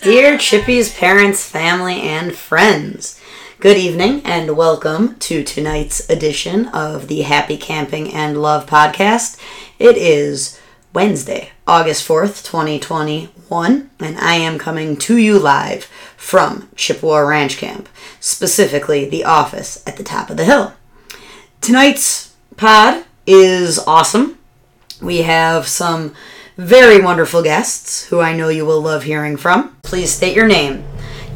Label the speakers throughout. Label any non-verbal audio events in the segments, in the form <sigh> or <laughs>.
Speaker 1: Dear Chippy's parents, family, and friends, good evening and welcome to tonight's edition of the Happy Camping and Love podcast. It is Wednesday, August 4th, 2021, and I am coming to you live from Chippewa Ranch Camp, specifically the office at the top of the hill. Tonight's pod is awesome. We have some very wonderful guests who I know you will love hearing from. Please state your name,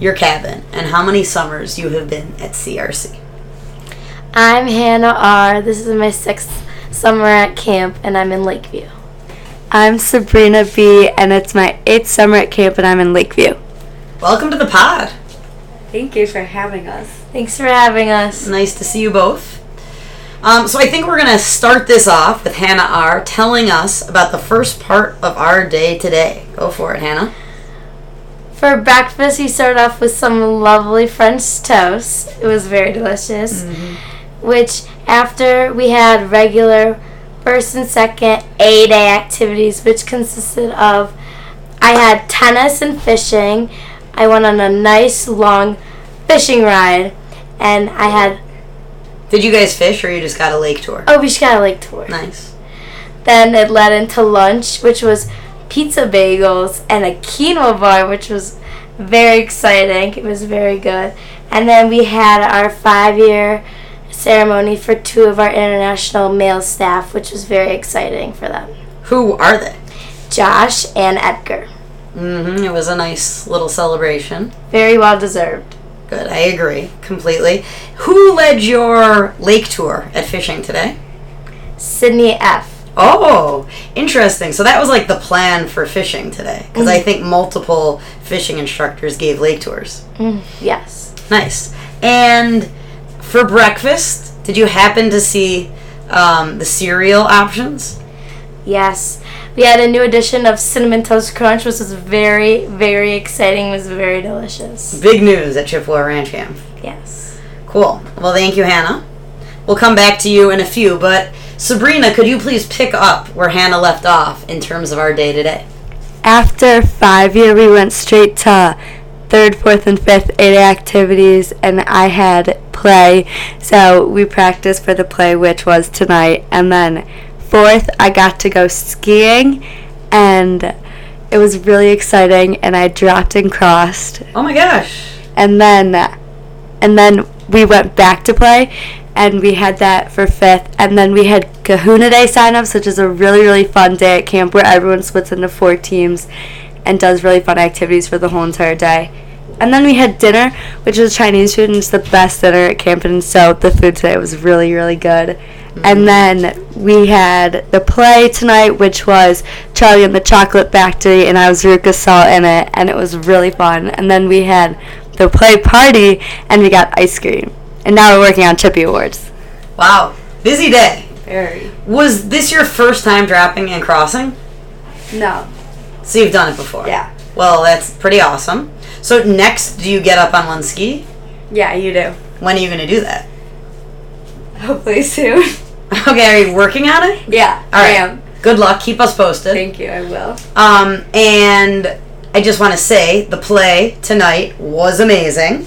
Speaker 1: your cabin, and how many summers you have been at CRC.
Speaker 2: I'm Hannah R. This is my sixth summer at camp, and I'm in Lakeview.
Speaker 3: I'm Sabrina B, and it's my eighth summer at camp, and I'm in Lakeview.
Speaker 1: Welcome to the pod.
Speaker 3: Thank you for having us.
Speaker 2: Thanks for having us.
Speaker 1: Nice to see you both. Um, so I think we're going to start this off with Hannah R. telling us about the first part of our day today. Go for it, Hannah.
Speaker 2: For breakfast, we started off with some lovely French toast. It was very delicious. Which, after we had regular first and second A day activities, which consisted of I had tennis and fishing, I went on a nice long fishing ride, and I had
Speaker 1: Did you guys fish or you just got a lake tour?
Speaker 2: oh, we just got a lake tour.
Speaker 1: Nice.
Speaker 2: Then it led into lunch, which was pizza bagels and a quinoa bar, which was very exciting. It was very good. And then we had our five year ceremony for two of our international male staff, which was very exciting for them
Speaker 1: Who are they?
Speaker 2: Josh and Edgar.
Speaker 1: hmm It was a nice little celebration.
Speaker 2: Very well deserved.
Speaker 1: Good, I agree completely. Who led your lake tour at fishing today?
Speaker 2: Sydney F.
Speaker 1: Oh, interesting. So that was like the plan for fishing today, because I think multiple fishing instructors gave lake tours.
Speaker 2: Yes.
Speaker 1: Nice. And for breakfast, did you happen to see um, the cereal options?
Speaker 2: Yes. We had a new edition of Cinnamon Toast Crunch, which was very, very exciting. It was very delicious.
Speaker 1: Big news at Chippewa Ranch Camp.
Speaker 2: Yes.
Speaker 1: Cool. Well, thank you, Hannah. We'll come back to you in a few, but Sabrina, could you please pick up where Hannah left off in terms of our day today?
Speaker 3: After five year, we went straight to third, fourth, and fifth A day activities, and I had play. So we practiced for the play, which was tonight, and then fourth, I got to go skiing, and it was really exciting. And I dropped and crossed,
Speaker 1: Oh my gosh.
Speaker 3: and then and then we went back to play and we had that for fifth and then we had kahuna day signups which is a really really fun day at camp where everyone splits into four teams and does really fun activities for the whole entire day and then we had dinner which was chinese food and it's the best dinner at camp and so the food today was really really good and then we had the play tonight which was charlie and the chocolate factory and i was ruka salt in it and it was really fun and then we had the play party and we got ice cream and now we're working on chippy awards
Speaker 1: Wow, busy day.
Speaker 3: very
Speaker 1: Was this your first time dropping and crossing?
Speaker 3: no
Speaker 1: So you've done it before.
Speaker 3: yeah
Speaker 1: Well, that's pretty awesome. So next, do you get up on one ski?
Speaker 3: yeah you do
Speaker 1: When are you going to do that? <laughs>
Speaker 3: hopefully soon
Speaker 1: Okay, are you working on it?
Speaker 3: <laughs> yeah
Speaker 1: All right. Good luck. Keep us posted.
Speaker 3: you i will
Speaker 1: Um, and I just want to say the play tonight was amazing.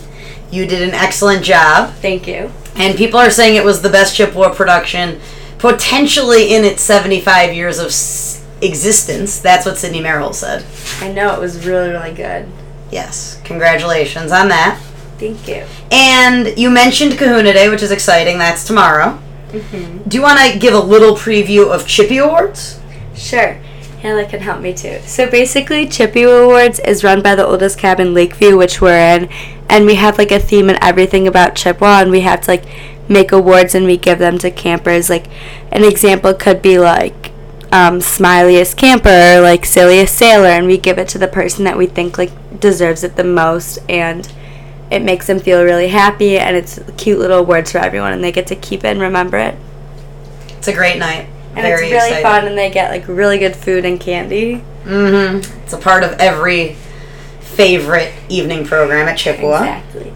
Speaker 1: You did an excellent job,
Speaker 3: thank you
Speaker 1: and people are saying it was the best Chippewa production potentially in its 75 years of s- existence. That's what Sydney Merrill said.
Speaker 3: i know it was really really good
Speaker 1: Yes, congratulations on that.
Speaker 3: thank you
Speaker 1: And you mentioned Kahuna Day, which is exciting. That's tomorrow.
Speaker 3: Mm-hmm.
Speaker 1: Do you want to give a little preview of Chippy Awards?
Speaker 3: Sure. Hannah can help me too. So basically, Chippy Awards is run by the oldest cabin, Lakeview, which we're in, and we have like a theme and everything about Chippewa, and we have to like make awards and we give them to campers. Like an example could be like um, smiliest camper or like silliest sailor, and we give it to the person that we think like deserves it the most, and it makes them feel really happy, and it's cute little awards for everyone, and they get to keep it and remember it.
Speaker 1: It's a great night.
Speaker 3: And it's really fun, and they get like really good food and candy.
Speaker 1: hmm It's a part of every favorite evening program at Chippewa.
Speaker 3: Exactly.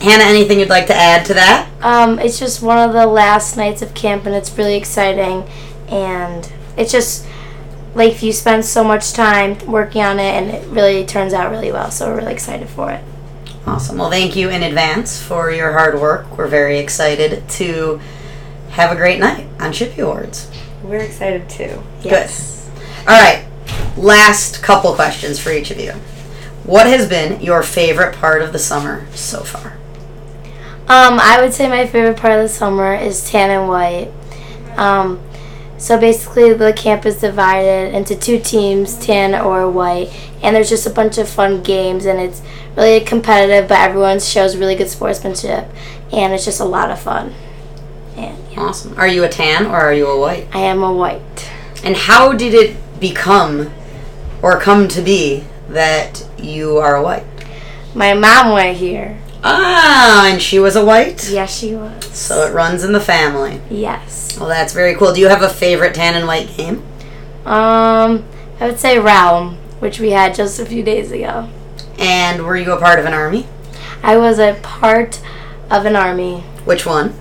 Speaker 1: Hannah, anything you'd like to add to that?
Speaker 2: Um, it's just one of the last nights of camp, and it's really exciting. And it's just Lakeview spends so much time working on it, and it really turns out really well. So we're really excited for it.
Speaker 1: Awesome. Well, thank you in advance for your hard work. We're very excited to have a great night on Shippy Awards.
Speaker 3: We're excited too.
Speaker 1: Yes. Good. All right. Last couple questions for each of you. What has been your favorite part of the summer so far?
Speaker 2: Um, I would say my favorite part of the summer is tan and white. Um, so basically, the camp is divided into two teams, tan or white, and there's just a bunch of fun games, and it's really competitive, but everyone shows really good sportsmanship, and it's just a lot of fun. And yeah,
Speaker 1: Awesome. Are you a tan or are you a white?
Speaker 2: I am a white.
Speaker 1: And how did it become or come to be that you are a white?
Speaker 2: My mom went here.
Speaker 1: Ah, and she was a white?
Speaker 2: Yes, she was.
Speaker 1: So it runs in the family.
Speaker 2: Yes.
Speaker 1: Well, that's very cool. Do you have a favorite tan and white game?
Speaker 2: Um, I would say Realm, which we had just a few days ago.
Speaker 1: And were you a part of an army?
Speaker 2: I was a part of an army,
Speaker 1: Which one?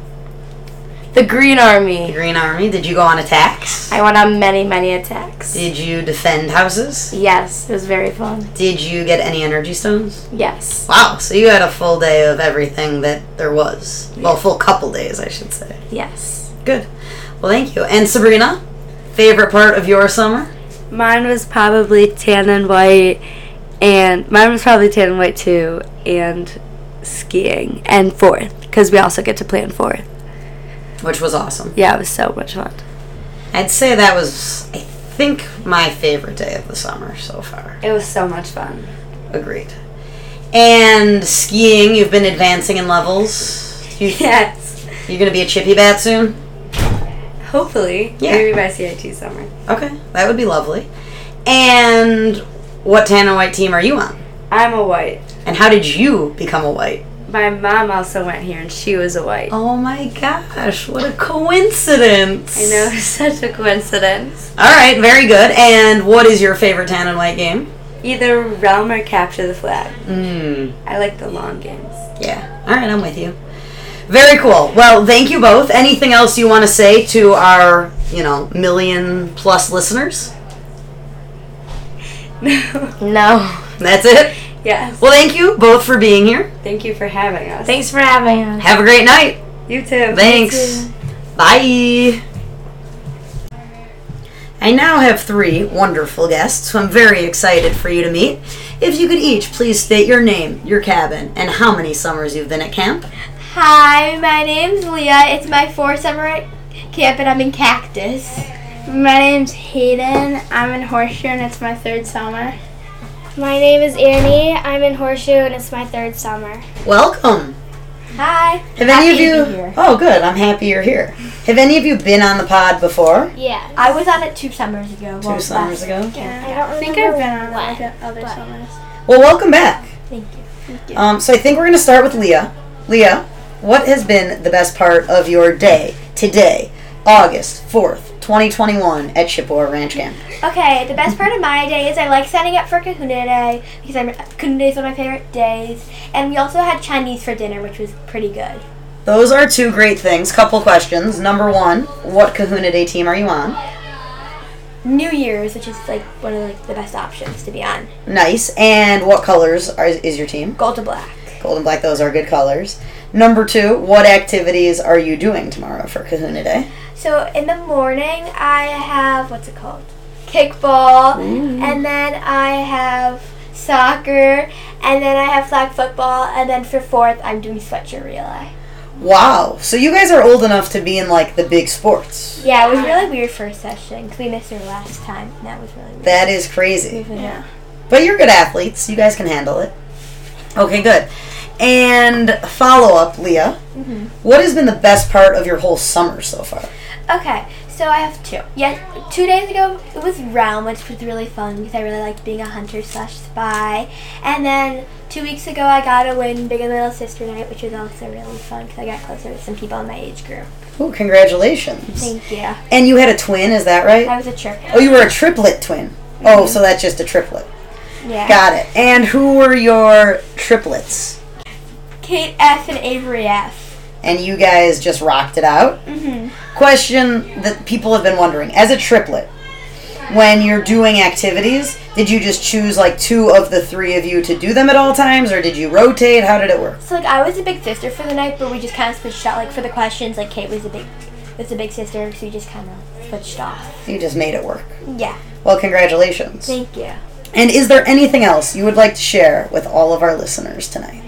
Speaker 2: the Green
Speaker 1: The
Speaker 2: Army.
Speaker 1: Green Army. Did you go on attacks?
Speaker 2: I went on many, many attacks.
Speaker 1: Did you defend houses?
Speaker 2: Yes, it was very fun.
Speaker 1: Did you get any energy stones?
Speaker 2: Yes,
Speaker 1: Wow, so you had a full day of everything that there was. Well, full couple days, I should say.
Speaker 2: yes.
Speaker 1: Good. Well, thank you. And Sabrina, favorite part of your summer?
Speaker 3: Mine was probably tan and white, and mine was probably tan and white too, and skiing and fourth because we also get to play in fourth.
Speaker 1: Which was awesome.
Speaker 3: Yeah, it was so much fun.
Speaker 1: I'd say that was, I think, my favorite day of the summer so far.
Speaker 3: It was so much fun.
Speaker 1: Agreed. And skiing, you've been advancing in levels. You,
Speaker 3: <laughs> Yes,
Speaker 1: You're going to be a chippy bat soon?
Speaker 3: hopefully.
Speaker 1: Yeah. Maybe
Speaker 3: by CIT summer.
Speaker 1: Okay, that would be lovely. And what tan and white team are you on?
Speaker 3: I'm a white.
Speaker 1: And how did you become a white?
Speaker 3: My mom also went here, and she was a white.
Speaker 1: Oh my gosh, what a coincidence!
Speaker 3: I know, <laughs> it's such a coincidence.
Speaker 1: All right, very good. And what is your favorite tan and white game?
Speaker 3: Either realm or capture the flag.
Speaker 1: Mm,
Speaker 3: I like the long games.
Speaker 1: yeah. All right, I'm with you. Very cool. Well, thank you both. Anything else you want to say to our, you know, million plus listeners?
Speaker 2: No.
Speaker 1: That's it.
Speaker 3: <laughs> yes.
Speaker 1: Well, thank you both for being here.
Speaker 3: Thank you for having us.
Speaker 2: Thanks for having us.
Speaker 1: Have a great night.
Speaker 3: you too.
Speaker 1: Thanks. Bye. I now have three wonderful guests who I'm very excited for you to meet. If you could each please state your name, your cabin, and how many summers you've been at camp.
Speaker 4: Hi, my name's Leah. It's my fourth summer at camp, and I'm in Cactus. My name's Hayden. I'm in Horseshoe, and it's my third summer. My name is Annie. I'm in Horseshoe, and it's my third summer.
Speaker 1: Welcome.
Speaker 4: Hi.
Speaker 1: Have any of you? Oh, good. I'm happy you're here. Have any of you been on the pod before?
Speaker 4: Yeah.
Speaker 5: I was on it two summers ago.
Speaker 1: Two summers ago.
Speaker 4: I don't think I've been on other summers.
Speaker 1: Well, welcome back.
Speaker 5: Thank you.
Speaker 1: Um, so I think we're going to start with Leah. Leah, what has been the best part of your day today, August 4th, 2021, at Chippewa Ranch Camp?
Speaker 5: Okay, the best part of my day is I like signing up for Kahuna Day because I'm, Kahuna Day is one of my favorite days. And we also had Chinese for dinner, which was pretty good.
Speaker 1: Those are two great things. Couple questions. Number one, what Kahuna Day team are you on?
Speaker 5: New Year's, which is like one of like, the best options to be on.
Speaker 1: Nice. And what colors are, is your team?
Speaker 5: Gold to black.
Speaker 1: Gold and black, those are good colors. Number two, what activities are you doing tomorrow for Kahuna Day?
Speaker 5: So in the morning, I have what's it called? Kickball, and then I have soccer, and then I have flag football, and then for fourth, I'm doing sweatshirt relay.
Speaker 1: Wow. So you guys are old enough to be in like the big sports.
Speaker 5: Yeah, it was really weird for a session because we missed her last time. And that was really weird.
Speaker 1: That is crazy.
Speaker 5: Yeah.
Speaker 1: But you're good athletes. You guys can handle it. Okay, good. And follow up, Leah.
Speaker 5: Mm-hmm.
Speaker 1: What has been the best part of your whole summer so far?
Speaker 5: Okay, so I have two. Yes, two days ago it was Realm, which was really fun because I really liked being a hunter slash spy. And then two weeks ago I got a win Big and Little Sister Night, which was also really fun because I got closer with some people in my age group.
Speaker 1: Ooh, congratulations.
Speaker 5: Thank you.
Speaker 1: And you had a twin, is that right?
Speaker 5: That was a trip.
Speaker 1: Oh, you were a triplet twin. Oh, so that's just a triplet.
Speaker 5: Mm-hmm. Yeah.
Speaker 1: Got it. And who were your triplets?
Speaker 5: Kate F and Avery F.
Speaker 1: And you guys just rocked it out? Mm-hmm. Question that people have been wondering. As a triplet, when you're doing activities, did you just choose like two of the three of you to do them at all times, or did you rotate? How did it work?
Speaker 5: So like I was a big sister for the night, but we just kind of switched out. Like for the questions, like Kate was a big was a big sister, so we just kind of switched off.
Speaker 1: You just made it work.
Speaker 5: Yeah.
Speaker 1: Well, congratulations.
Speaker 5: Thank you.
Speaker 1: And is there anything else you would like to share with all of our listeners tonight?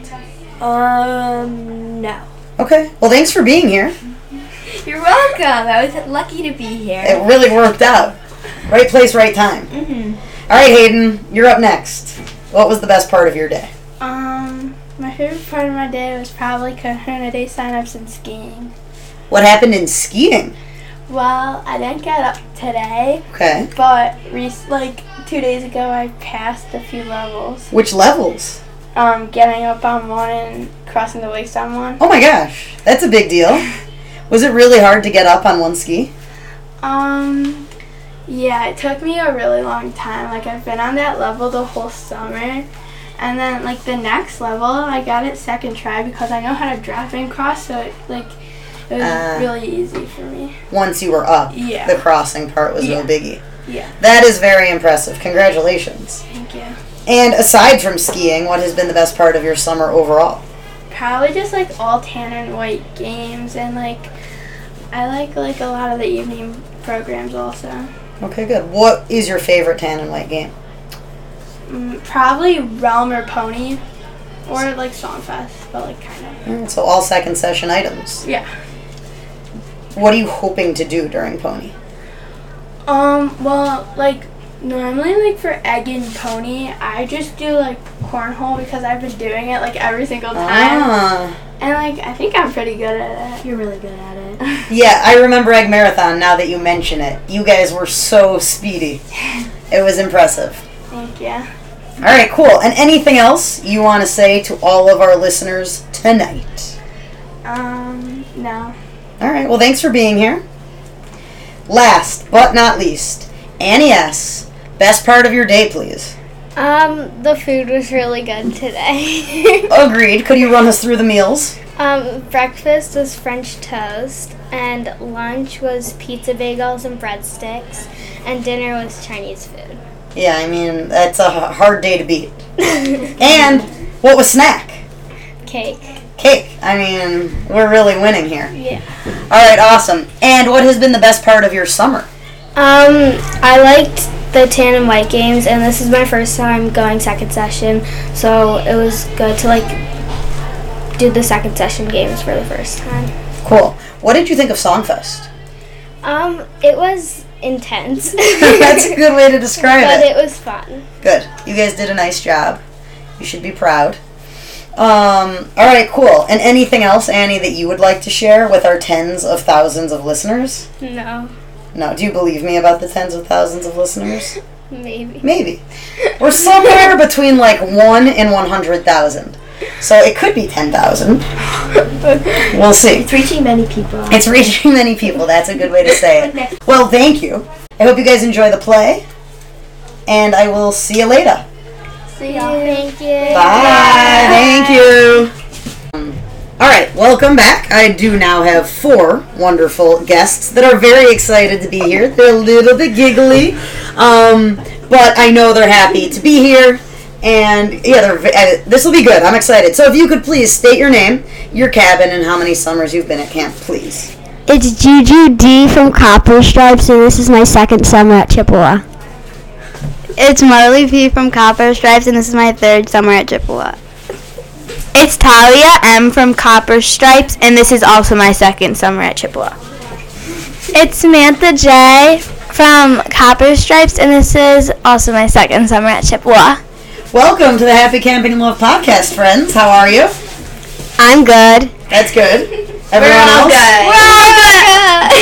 Speaker 5: Um. No.
Speaker 1: Okay. Well, thanks for being here.
Speaker 5: You're welcome. I was lucky to be here.
Speaker 1: It really worked out. Right place, right time. Mm-hmm. right, Hayden, you're up next. What was the best part of your day?
Speaker 4: Um, my favorite part of my day was probably Kahuna Day signups and skiing.
Speaker 1: What happened in skiing?
Speaker 4: Well, I didn't get up today,
Speaker 1: Okay.
Speaker 4: but rec- like two days ago, I passed a few levels.
Speaker 1: Which levels?
Speaker 4: Um, getting up on one and crossing the wakes on one.
Speaker 1: Oh my gosh, that's a big deal. Was it really hard to get up on one ski?
Speaker 4: Um, yeah, it took me a really long time. Like, I've been on that level the whole summer. And then, like, the next level, I got it second try because I know how to drop and cross, so, it, like, it was
Speaker 1: Ah.
Speaker 4: really easy for me.
Speaker 1: Once you were up,
Speaker 4: Yeah.
Speaker 1: the crossing part was
Speaker 4: Yeah.
Speaker 1: no biggie.
Speaker 4: Yeah.
Speaker 1: That is very impressive. Congratulations.
Speaker 4: Thank you.
Speaker 1: And aside from skiing, what has been the best part of your summer overall?
Speaker 4: Probably just, like, all tan and white games, and, like, I like, like, a lot of the evening programs also.
Speaker 1: Okay, good. What is your favorite tan and white game?
Speaker 4: Mm, probably Realm or Pony, or, like, Songfest, but, like, kind of.
Speaker 1: Mm, So all second session items.
Speaker 4: Yeah.
Speaker 1: What are you hoping to do during Pony?
Speaker 4: Um, well, like normally like for egg and pony, I just do like cornhole because I've been doing it like every single time.
Speaker 1: Ah.
Speaker 4: And like I think I'm pretty good at it.
Speaker 5: You're really good at it.
Speaker 1: Yeah, I remember Egg Marathon now that you mention it. You guys were so speedy. <laughs> It was impressive.
Speaker 4: Thank you.
Speaker 1: All right, cool. And anything else you want to say to all of our listeners tonight?
Speaker 4: Um, no.
Speaker 1: All right, well, thanks for being here. Last but not least, Annie S., best part of your day, please.
Speaker 6: Um, the food was really good today. <laughs>
Speaker 1: Agreed. Could you run us through the meals?
Speaker 6: um, breakfast was French toast, and lunch was pizza bagels and breadsticks, and dinner was Chinese food.
Speaker 1: Yeah, I mean, that's a h- hard day to beat. and what was snack?
Speaker 6: Cake.
Speaker 1: Cake. I mean, we're really winning here.
Speaker 6: Yeah.
Speaker 1: All right, awesome. And what has been the best part of your summer?
Speaker 6: Um, I liked the tan and white games, and this is my first time going second session, so it was good to like do the second session games for the first time.
Speaker 1: Cool. What did you think of Songfest?
Speaker 6: <laughs> Um, it was intense, <laughs>
Speaker 1: that's a good way to describe
Speaker 6: but it was fun.
Speaker 1: Good. You guys did a nice job. You should be proud. Um, all right, cool. And anything else, Annie, that you would like to share with our tens of thousands of listeners?
Speaker 6: No,
Speaker 1: No, do you believe me about the tens of thousands of listeners?
Speaker 6: maybe.
Speaker 1: Maybe. We're somewhere between like 1 and 100,000. So it could be 10,000. We'll see.
Speaker 5: It's reaching many people.
Speaker 1: It's reaching many people. That's a good way to say
Speaker 5: <laughs>
Speaker 1: it. Well, thank you. I hope you guys enjoy the play. And I will see you later.
Speaker 4: See y'all.
Speaker 6: Thank you.
Speaker 1: Bye. Thank you. Um, All right, welcome back. I do now have four wonderful guests that are very excited to be here. They're a little bit giggly, um, but I know they're happy to be here. And yeah, they're, ve- uh, this will be good. I'm excited. So if you could please state your name, your cabin, and how many summers you've been at camp, please.
Speaker 7: It's Juju E D from Copper Stripes, and this is my second summer at Chippewa.
Speaker 6: It's Marley P from Copper Stripes, and this is my third summer at Chippewa. It's Talia M from Copper Stripes, and this is also my second summer at Chippewa. It's Samantha J from Copper Stripes, and this is also my second summer at Chippewa.
Speaker 1: Welcome to the Happy Camping and Love podcast, friends. How are you?
Speaker 6: I'm good.
Speaker 1: That's good. Everyone else?
Speaker 5: <laughs>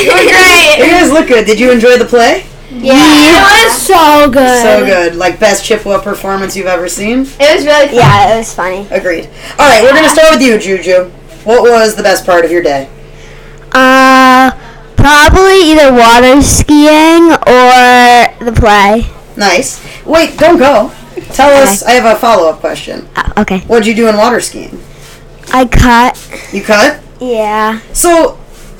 Speaker 1: <laughs> You guys look good. Did you enjoy the play?
Speaker 6: Yeah.
Speaker 1: So good. Like best Chippewa performance you've ever seen.
Speaker 5: Um, It was really fun. Yeah, it was funny. Uh,
Speaker 1: Agreed. All right, we're gonna start with you, Juju. What was the best part of your day?
Speaker 7: Uh, probably either water skiing or the play.
Speaker 1: Nice. Wait, don't go. Tell us. I have a follow up question.
Speaker 8: Uh,
Speaker 7: Oh, okay.
Speaker 1: What'd you do in water skiing?
Speaker 7: I cut.
Speaker 1: You cut.
Speaker 7: Yeah.
Speaker 1: So,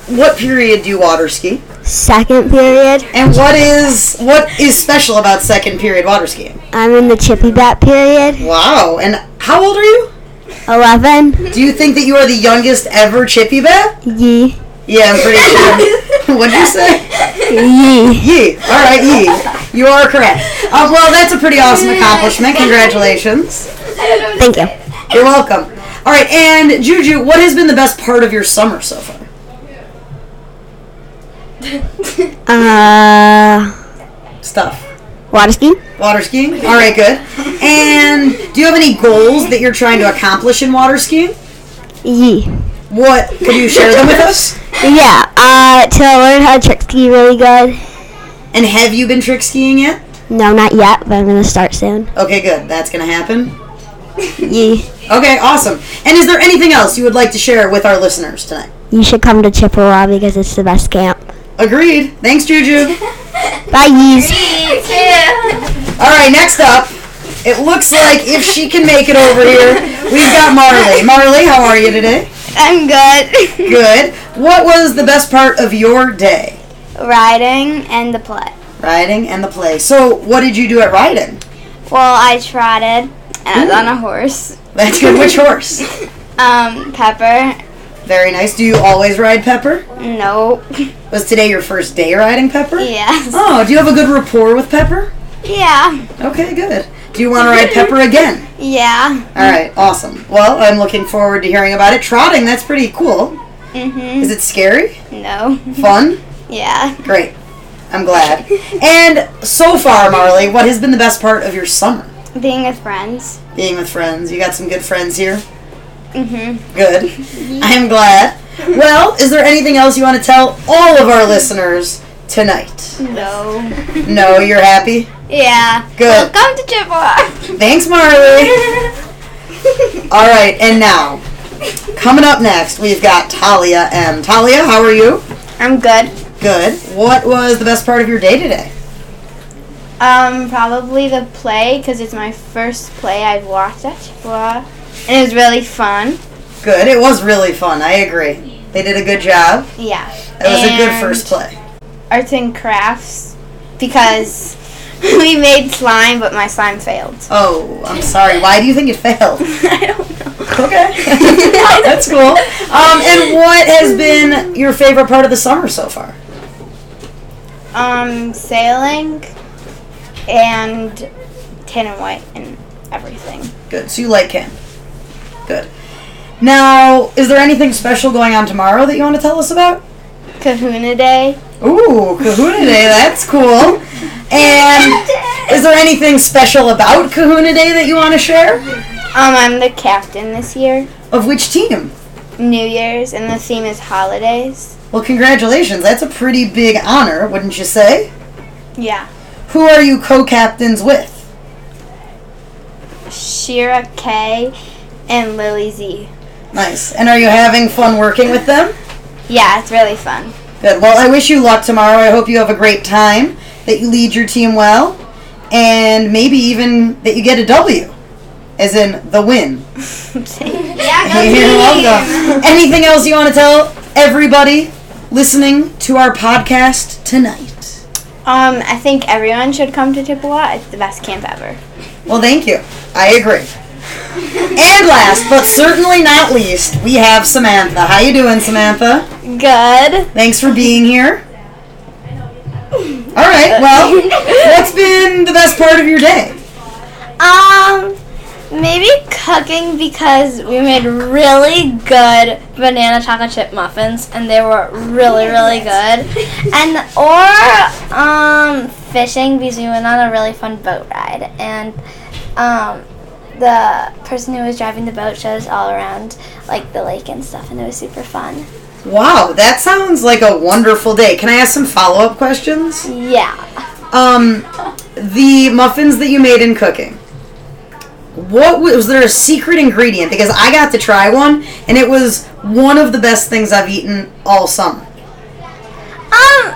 Speaker 1: what period do you water ski?
Speaker 8: second period.
Speaker 1: And what is what is special about second period water skiing?
Speaker 8: I'm in the chippy bat period.
Speaker 1: Wow. And how old are you?
Speaker 8: 11.
Speaker 1: Do you think that you are the youngest ever Chippy Bat?
Speaker 8: Yee.
Speaker 1: Yeah, I'm pretty
Speaker 8: <laughs>
Speaker 1: sure. What'd you say?
Speaker 8: Yee.
Speaker 1: Yee. All right, Yee. You are correct. Uh, well, that's a pretty awesome accomplishment. Congratulations.
Speaker 8: Thank you.
Speaker 1: You're welcome. All right, and Juju, what has been the best part of your summer so far?
Speaker 8: <laughs> Uh,
Speaker 1: Stuff.
Speaker 8: water skiing?
Speaker 1: Water skiing? All right, good. And do you have any goals that you're trying to accomplish in water skiing?
Speaker 8: Yee.
Speaker 1: What? Could you share them with us?
Speaker 8: Yeah, uh, to learn how to trick ski really good.
Speaker 1: And have you been trick skiing yet?
Speaker 8: No, not yet, but I'm gonna start soon.
Speaker 1: Okay, good. That's going to happen.
Speaker 8: <laughs> Yee.
Speaker 1: Okay, awesome. And is there anything else you would like to share with our listeners tonight?
Speaker 8: You should come to Chippewa because it's the best camp.
Speaker 1: Agreed. Thanks, Juju.
Speaker 8: <laughs> Bye, yees.
Speaker 1: All right, next up, it looks like if she can make it over here, we've got Marley. Marley, how are you today?
Speaker 4: I'm good.
Speaker 1: Good. What was the best part of your day?
Speaker 4: Riding and the play.
Speaker 1: Riding and the play. So, what did you do at riding?
Speaker 4: Well, I trotted and I was on a horse.
Speaker 1: That's good. Which horse?
Speaker 4: Um, Pepper.
Speaker 1: Very nice. Do you always ride Pepper?
Speaker 4: Nope. <laughs>
Speaker 1: Was today your first day riding Pepper?
Speaker 4: Yes.
Speaker 1: Oh, do you have a good rapport with Pepper?
Speaker 4: Yeah.
Speaker 1: Okay, good. Do you want to ride Pepper again?
Speaker 4: Yeah.
Speaker 1: All right, awesome. Well, I'm looking forward to hearing about it. Trotting, that's pretty cool.
Speaker 4: Mhm.
Speaker 1: Is it scary?
Speaker 4: No.
Speaker 1: Fun?
Speaker 4: Yeah.
Speaker 1: Great. I'm glad. and so far, Marley, what has been the best part of your summer?
Speaker 4: Being with friends.
Speaker 1: Being with friends. You got some good friends here?
Speaker 4: Mhm.
Speaker 1: Good. I am glad. Well, is there anything else you want to tell all of our listeners tonight?
Speaker 4: Mm-hmm. No.
Speaker 1: No, you're happy?
Speaker 4: Yeah.
Speaker 1: Good.
Speaker 4: Come to Chippewa. <laughs>
Speaker 1: Thanks, Marley. All right, and now, coming up next, we've got Talia M. Talia, how are you?
Speaker 4: I'm good.
Speaker 1: Good. What was the best part of your day today?
Speaker 4: Um, probably the play because it's my first play I've watched at Chippewa, and it was really fun.
Speaker 1: Good. It was really fun. I agree. They did a good job.
Speaker 4: Yeah.
Speaker 1: It was a good
Speaker 4: And
Speaker 1: first play.
Speaker 4: Arts and crafts because <laughs> we made slime, but my slime failed.
Speaker 1: Oh, I'm sorry. Why do you think it failed?
Speaker 4: <laughs> I don't know.
Speaker 1: Okay.
Speaker 4: <laughs>
Speaker 1: <laughs> That's cool. Um, and what has been your favorite part of the summer so far?
Speaker 4: Um, sailing and tan and white and everything.
Speaker 1: Good. So you like camp. Good. Now, is there anything special going on tomorrow that you want to tell us about?
Speaker 4: Kahuna Day.
Speaker 1: Ooh, Kahuna Day. That's cool. And is there anything special about Kahuna Day that you want to share?
Speaker 4: Um, I'm the captain this year.
Speaker 1: Of which team?
Speaker 4: New Year's and the theme is holidays.
Speaker 1: Well, congratulations. That's a pretty big honor, wouldn't you say?
Speaker 4: Yeah.
Speaker 1: Who are you co-captains with?
Speaker 4: Shira K and Lily Z.
Speaker 1: Nice. And are you having fun working with them?
Speaker 4: Yeah, it's really fun.
Speaker 1: Good. Well, I wish you luck tomorrow. I hope you have a great time, that you lead your team well, and maybe even that you get a W, as in the win. <laughs> You're welcome. Anything else you want to tell everybody listening to our podcast tonight?
Speaker 4: Um, I think everyone should come to Chippewa. It's the best camp ever.
Speaker 1: Well, thank you. I agree. And last, but certainly not least, we have Samantha. How you doing, Samantha?
Speaker 4: Good.
Speaker 1: Thanks for being here. All right. Well, what's been the best part of your day?
Speaker 4: Um, maybe cooking because we made really good banana chocolate chip muffins and they were really really good. And or um fishing because we went on a really fun boat ride and um the person who was driving the boat showed us all around like the lake and stuff and it was super fun.
Speaker 1: Wow, that sounds like a wonderful day. Can I ask some follow-up questions?
Speaker 4: Yeah.
Speaker 1: Um, the muffins that you made in cooking. What was, was there a secret ingredient? Because I got to try one, and it was one of the best things I've eaten all summer.
Speaker 4: Um,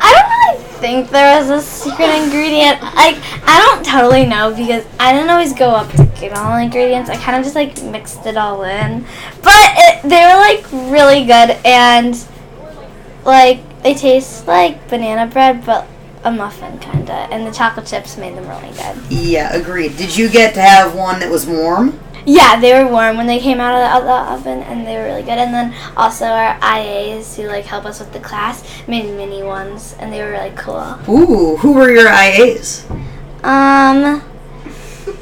Speaker 4: I don't really think there is a secret ingredient. Like, I don't totally know because I didn't always go up to get all the ingredients. I kind of just like mixed it all in. But it, they were like really good and like They taste like banana bread, but a muffin kinda. And the chocolate chips made them really good.
Speaker 1: Yeah, agreed. Did you get to have one that was warm?
Speaker 4: Yeah, they were warm when they came out of the, of the oven, and they were really good. And then also our IAs who like help us with the class made mini ones, and they were really cool.
Speaker 1: Ooh, who were your IAs?
Speaker 4: Um,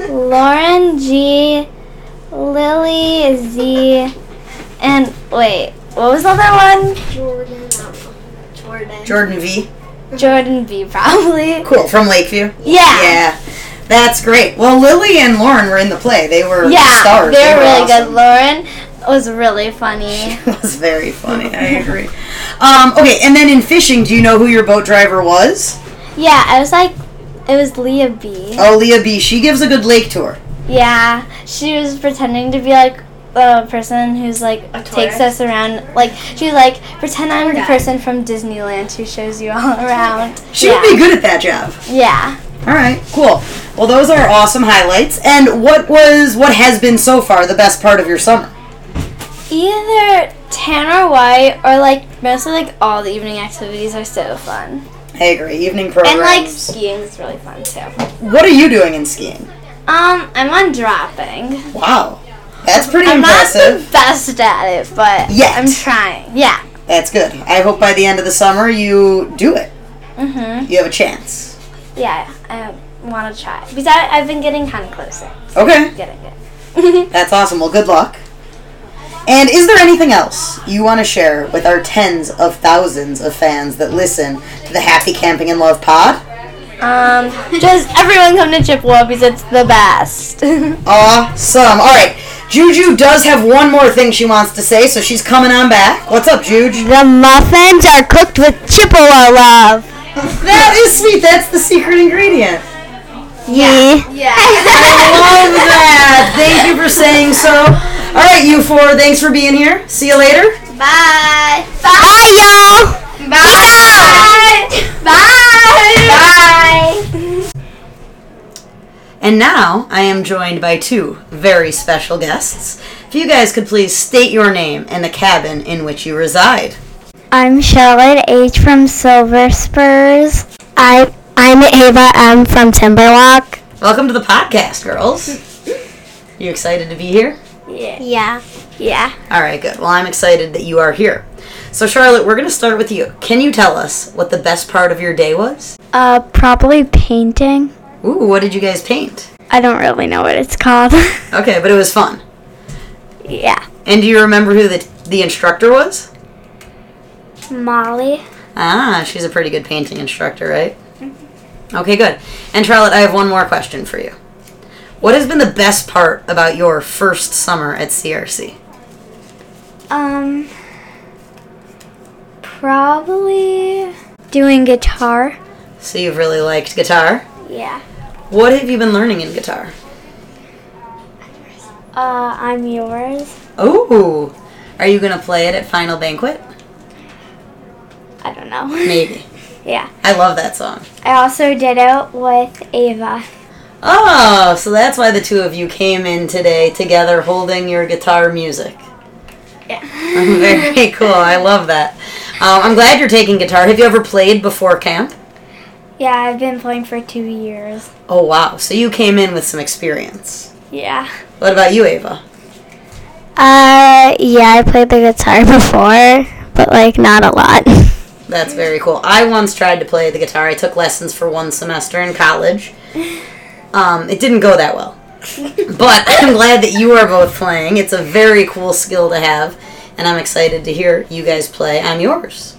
Speaker 4: Lauren G, Lily Z, and wait, what was the other one?
Speaker 1: Jordan V.
Speaker 4: Jordan B, probably.
Speaker 1: Cool, from Lakeview.
Speaker 4: Yeah.
Speaker 1: Yeah. That's great. Well, Lily and Lauren were in the play. They were
Speaker 4: Yeah,
Speaker 1: stars.
Speaker 4: they're
Speaker 1: were
Speaker 4: really
Speaker 1: awesome.
Speaker 4: good. Lauren was really funny.
Speaker 1: <laughs> It was very funny. I agree. Um, okay, and then in fishing, do you know who your boat driver was?
Speaker 4: Yeah, I was like, it was Leah B.
Speaker 1: Oh, Leah B. She gives a good lake tour.
Speaker 4: Yeah, she was pretending to be like the person who's like takes us around. Like she was like, pretend I'm the person from Disneyland who shows you all <laughs> around.
Speaker 1: She
Speaker 4: yeah.
Speaker 1: would be good at that job.
Speaker 4: yeah.
Speaker 1: All right, cool. Well, those are awesome highlights. And what was, what has been so far the best part of your summer?
Speaker 4: Either tan or white, or like mostly like all the evening activities are so fun.
Speaker 1: I agree. Evening programs.
Speaker 4: And like skiing is really fun too.
Speaker 1: what are you doing in skiing?
Speaker 4: Um, I'm on dropping.
Speaker 1: Wow, that's pretty
Speaker 4: I'm not
Speaker 1: impressive.
Speaker 4: the best at it, but
Speaker 1: Yet.
Speaker 4: I'm trying. Yeah.
Speaker 1: That's good. I hope by the end of the summer you do it.
Speaker 4: Mhm.
Speaker 1: You have a chance.
Speaker 4: Yeah, I want to try. Because I, I've been getting kind of closer.
Speaker 1: Okay,
Speaker 4: Getting it.
Speaker 1: that's awesome. Well, good luck. And is there anything else you want to share with our tens of thousands of fans that listen to the Happy Camping and Love pod?
Speaker 4: Um, just everyone come to Chippewa because it's the best.
Speaker 1: Awesome. All right. Juju does have one more thing she wants to say, so she's coming on back. What's up, Juju?
Speaker 7: The muffins are cooked with Chippewa love.
Speaker 1: That is sweet. That's the secret ingredient.
Speaker 7: Yeah.
Speaker 1: Love that. Thank you for saying so. All right, you four. Thanks for being here. See you later.
Speaker 4: Bye.
Speaker 7: Bye, y'all.
Speaker 4: Bye. Bye. Bye.
Speaker 1: And now I am joined by two very special guests. If you guys could please state your name and the cabin in which you reside.
Speaker 7: I'm Charlotte H. from Silver Spurs. I, I'm Ava M. from Timberwalk.
Speaker 1: Welcome to the podcast, girls. You excited to be here?
Speaker 7: Yeah.
Speaker 1: All right, good. Well, I'm excited that you are here. So, Charlotte, we're going to start with you. Can you tell us what the best part of your day was?
Speaker 7: Uh, probably painting.
Speaker 1: Ooh, what did you guys paint?
Speaker 7: I don't really know what it's called. <laughs>
Speaker 1: Okay, but it was fun.
Speaker 7: yeah.
Speaker 1: And do you remember who the, the instructor was?
Speaker 7: Molly.
Speaker 1: Ah, she's a pretty good painting instructor, right? Okay, good. And Charlotte, I have one more question for you. What has been the best part about your first summer at CRC?
Speaker 7: Um, probably doing guitar.
Speaker 1: So you've really liked guitar.
Speaker 7: Yeah.
Speaker 1: What have you been learning in guitar?
Speaker 7: Uh, I'm yours.
Speaker 1: Oh, are you going to play it at Final Banquet?
Speaker 7: I don't know. <laughs>
Speaker 1: Maybe.
Speaker 7: Yeah.
Speaker 1: I love that song.
Speaker 7: I also did it with Ava.
Speaker 1: Oh, so that's why the two of you came in today together holding your guitar music. Yeah. <laughs> Very cool. I love that. Um, I'm glad you're taking guitar. Have you ever played before camp?
Speaker 7: Yeah, I've been playing for two years.
Speaker 1: Oh, wow. So you came in with some experience.
Speaker 7: Yeah.
Speaker 1: What about you, Ava?
Speaker 7: Uh, yeah, I played the guitar <laughs> before, but like not a lot. <laughs>
Speaker 1: That's very cool. I once tried to play the guitar. I took lessons for one semester in college. Um, it didn't go that well. But I'm glad that you are both playing. It's a very cool skill to have, and I'm excited to hear you guys play. I'm yours.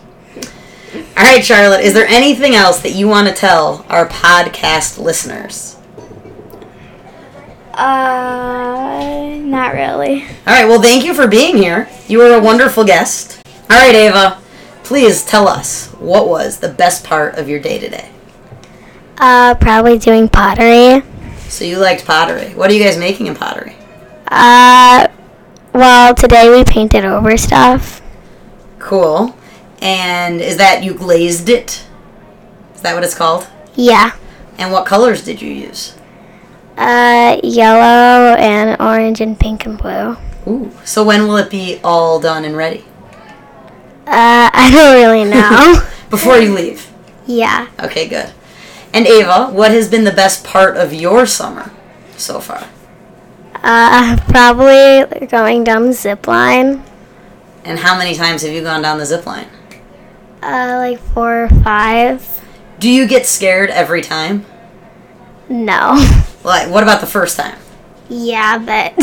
Speaker 1: All right, Charlotte, is there anything else that you want to tell our podcast listeners?
Speaker 7: Uh, not really.
Speaker 1: All right, well, thank you for being here. You were a wonderful guest. All right, Ava, please tell us what was the best part of your day today?
Speaker 7: Uh, probably doing pottery.
Speaker 1: So you liked pottery. What are you guys making in pottery?
Speaker 7: Uh, well, today we painted over stuff.
Speaker 1: Cool. And is that you glazed it? Is that what it's called?
Speaker 7: Yeah.
Speaker 1: And what colors did you use?
Speaker 7: Uh, yellow and orange and pink and blue.
Speaker 1: Ooh. So when will it be all done and ready?
Speaker 7: <laughs> Uh, I don't really know.
Speaker 1: Before you leave.
Speaker 4: Yeah.
Speaker 1: Okay, good. And Ava, what has been the best part of your summer so far?
Speaker 4: Uh, probably going down the zip line.
Speaker 1: And how many times have you gone down the zip line?
Speaker 4: Uh, like four or five.
Speaker 1: Do you get scared every time?
Speaker 9: <laughs>
Speaker 4: No.
Speaker 1: Like, what about the first time?
Speaker 4: yeah, but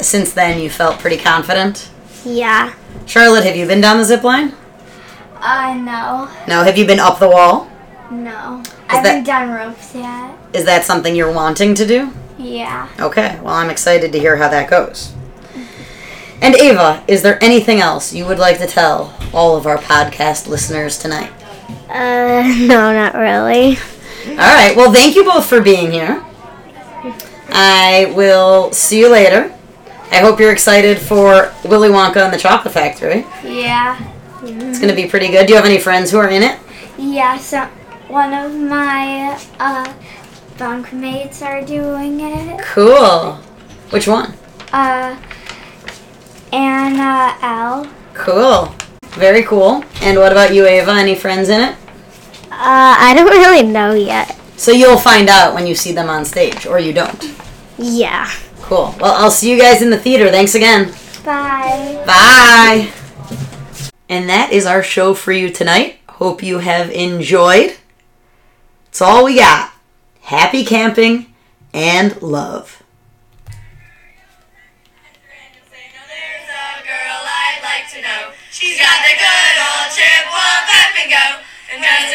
Speaker 9: <laughs>
Speaker 1: Since then, you felt pretty confident.
Speaker 4: yeah.
Speaker 1: Charlotte, have you been down the zip line?
Speaker 9: Uh, no.
Speaker 1: No. Have you been up the wall?
Speaker 9: No. I haven't done ropes yet.
Speaker 1: Is that something you're wanting to do?
Speaker 9: Yeah.
Speaker 1: Okay, well, I'm excited to hear how that goes. And Ava, is there anything else you would like to tell all of our podcast listeners tonight?
Speaker 4: Uh, <laughs> no, not really.
Speaker 1: All right, well, thank you both for being here. I will see you later. I hope you're excited for Willy Wonka and the Chocolate Factory.
Speaker 9: Yeah.
Speaker 1: It's going to be pretty good. Do you have any friends who are in it?
Speaker 9: Yeah, so one of my, uh, bunkmates are doing it.
Speaker 1: Cool. Which one?
Speaker 9: Uh, Anna L.
Speaker 1: Cool. Very cool. And what about you, Ava? Any friends in it?
Speaker 4: Uh, I don't <laughs> really know yet.
Speaker 1: So you'll find out when you see them on stage, or you don't.
Speaker 4: Yeah.
Speaker 1: Cool. Well, I'll see you guys in the theater. Thanks again.
Speaker 9: Bye.
Speaker 1: Bye. And that is our show for you tonight. Hope you have enjoyed. It's all we got. Happy camping and love.
Speaker 10: There's a girl I'd like to know. She's got the good old Chippewa pep and go, and does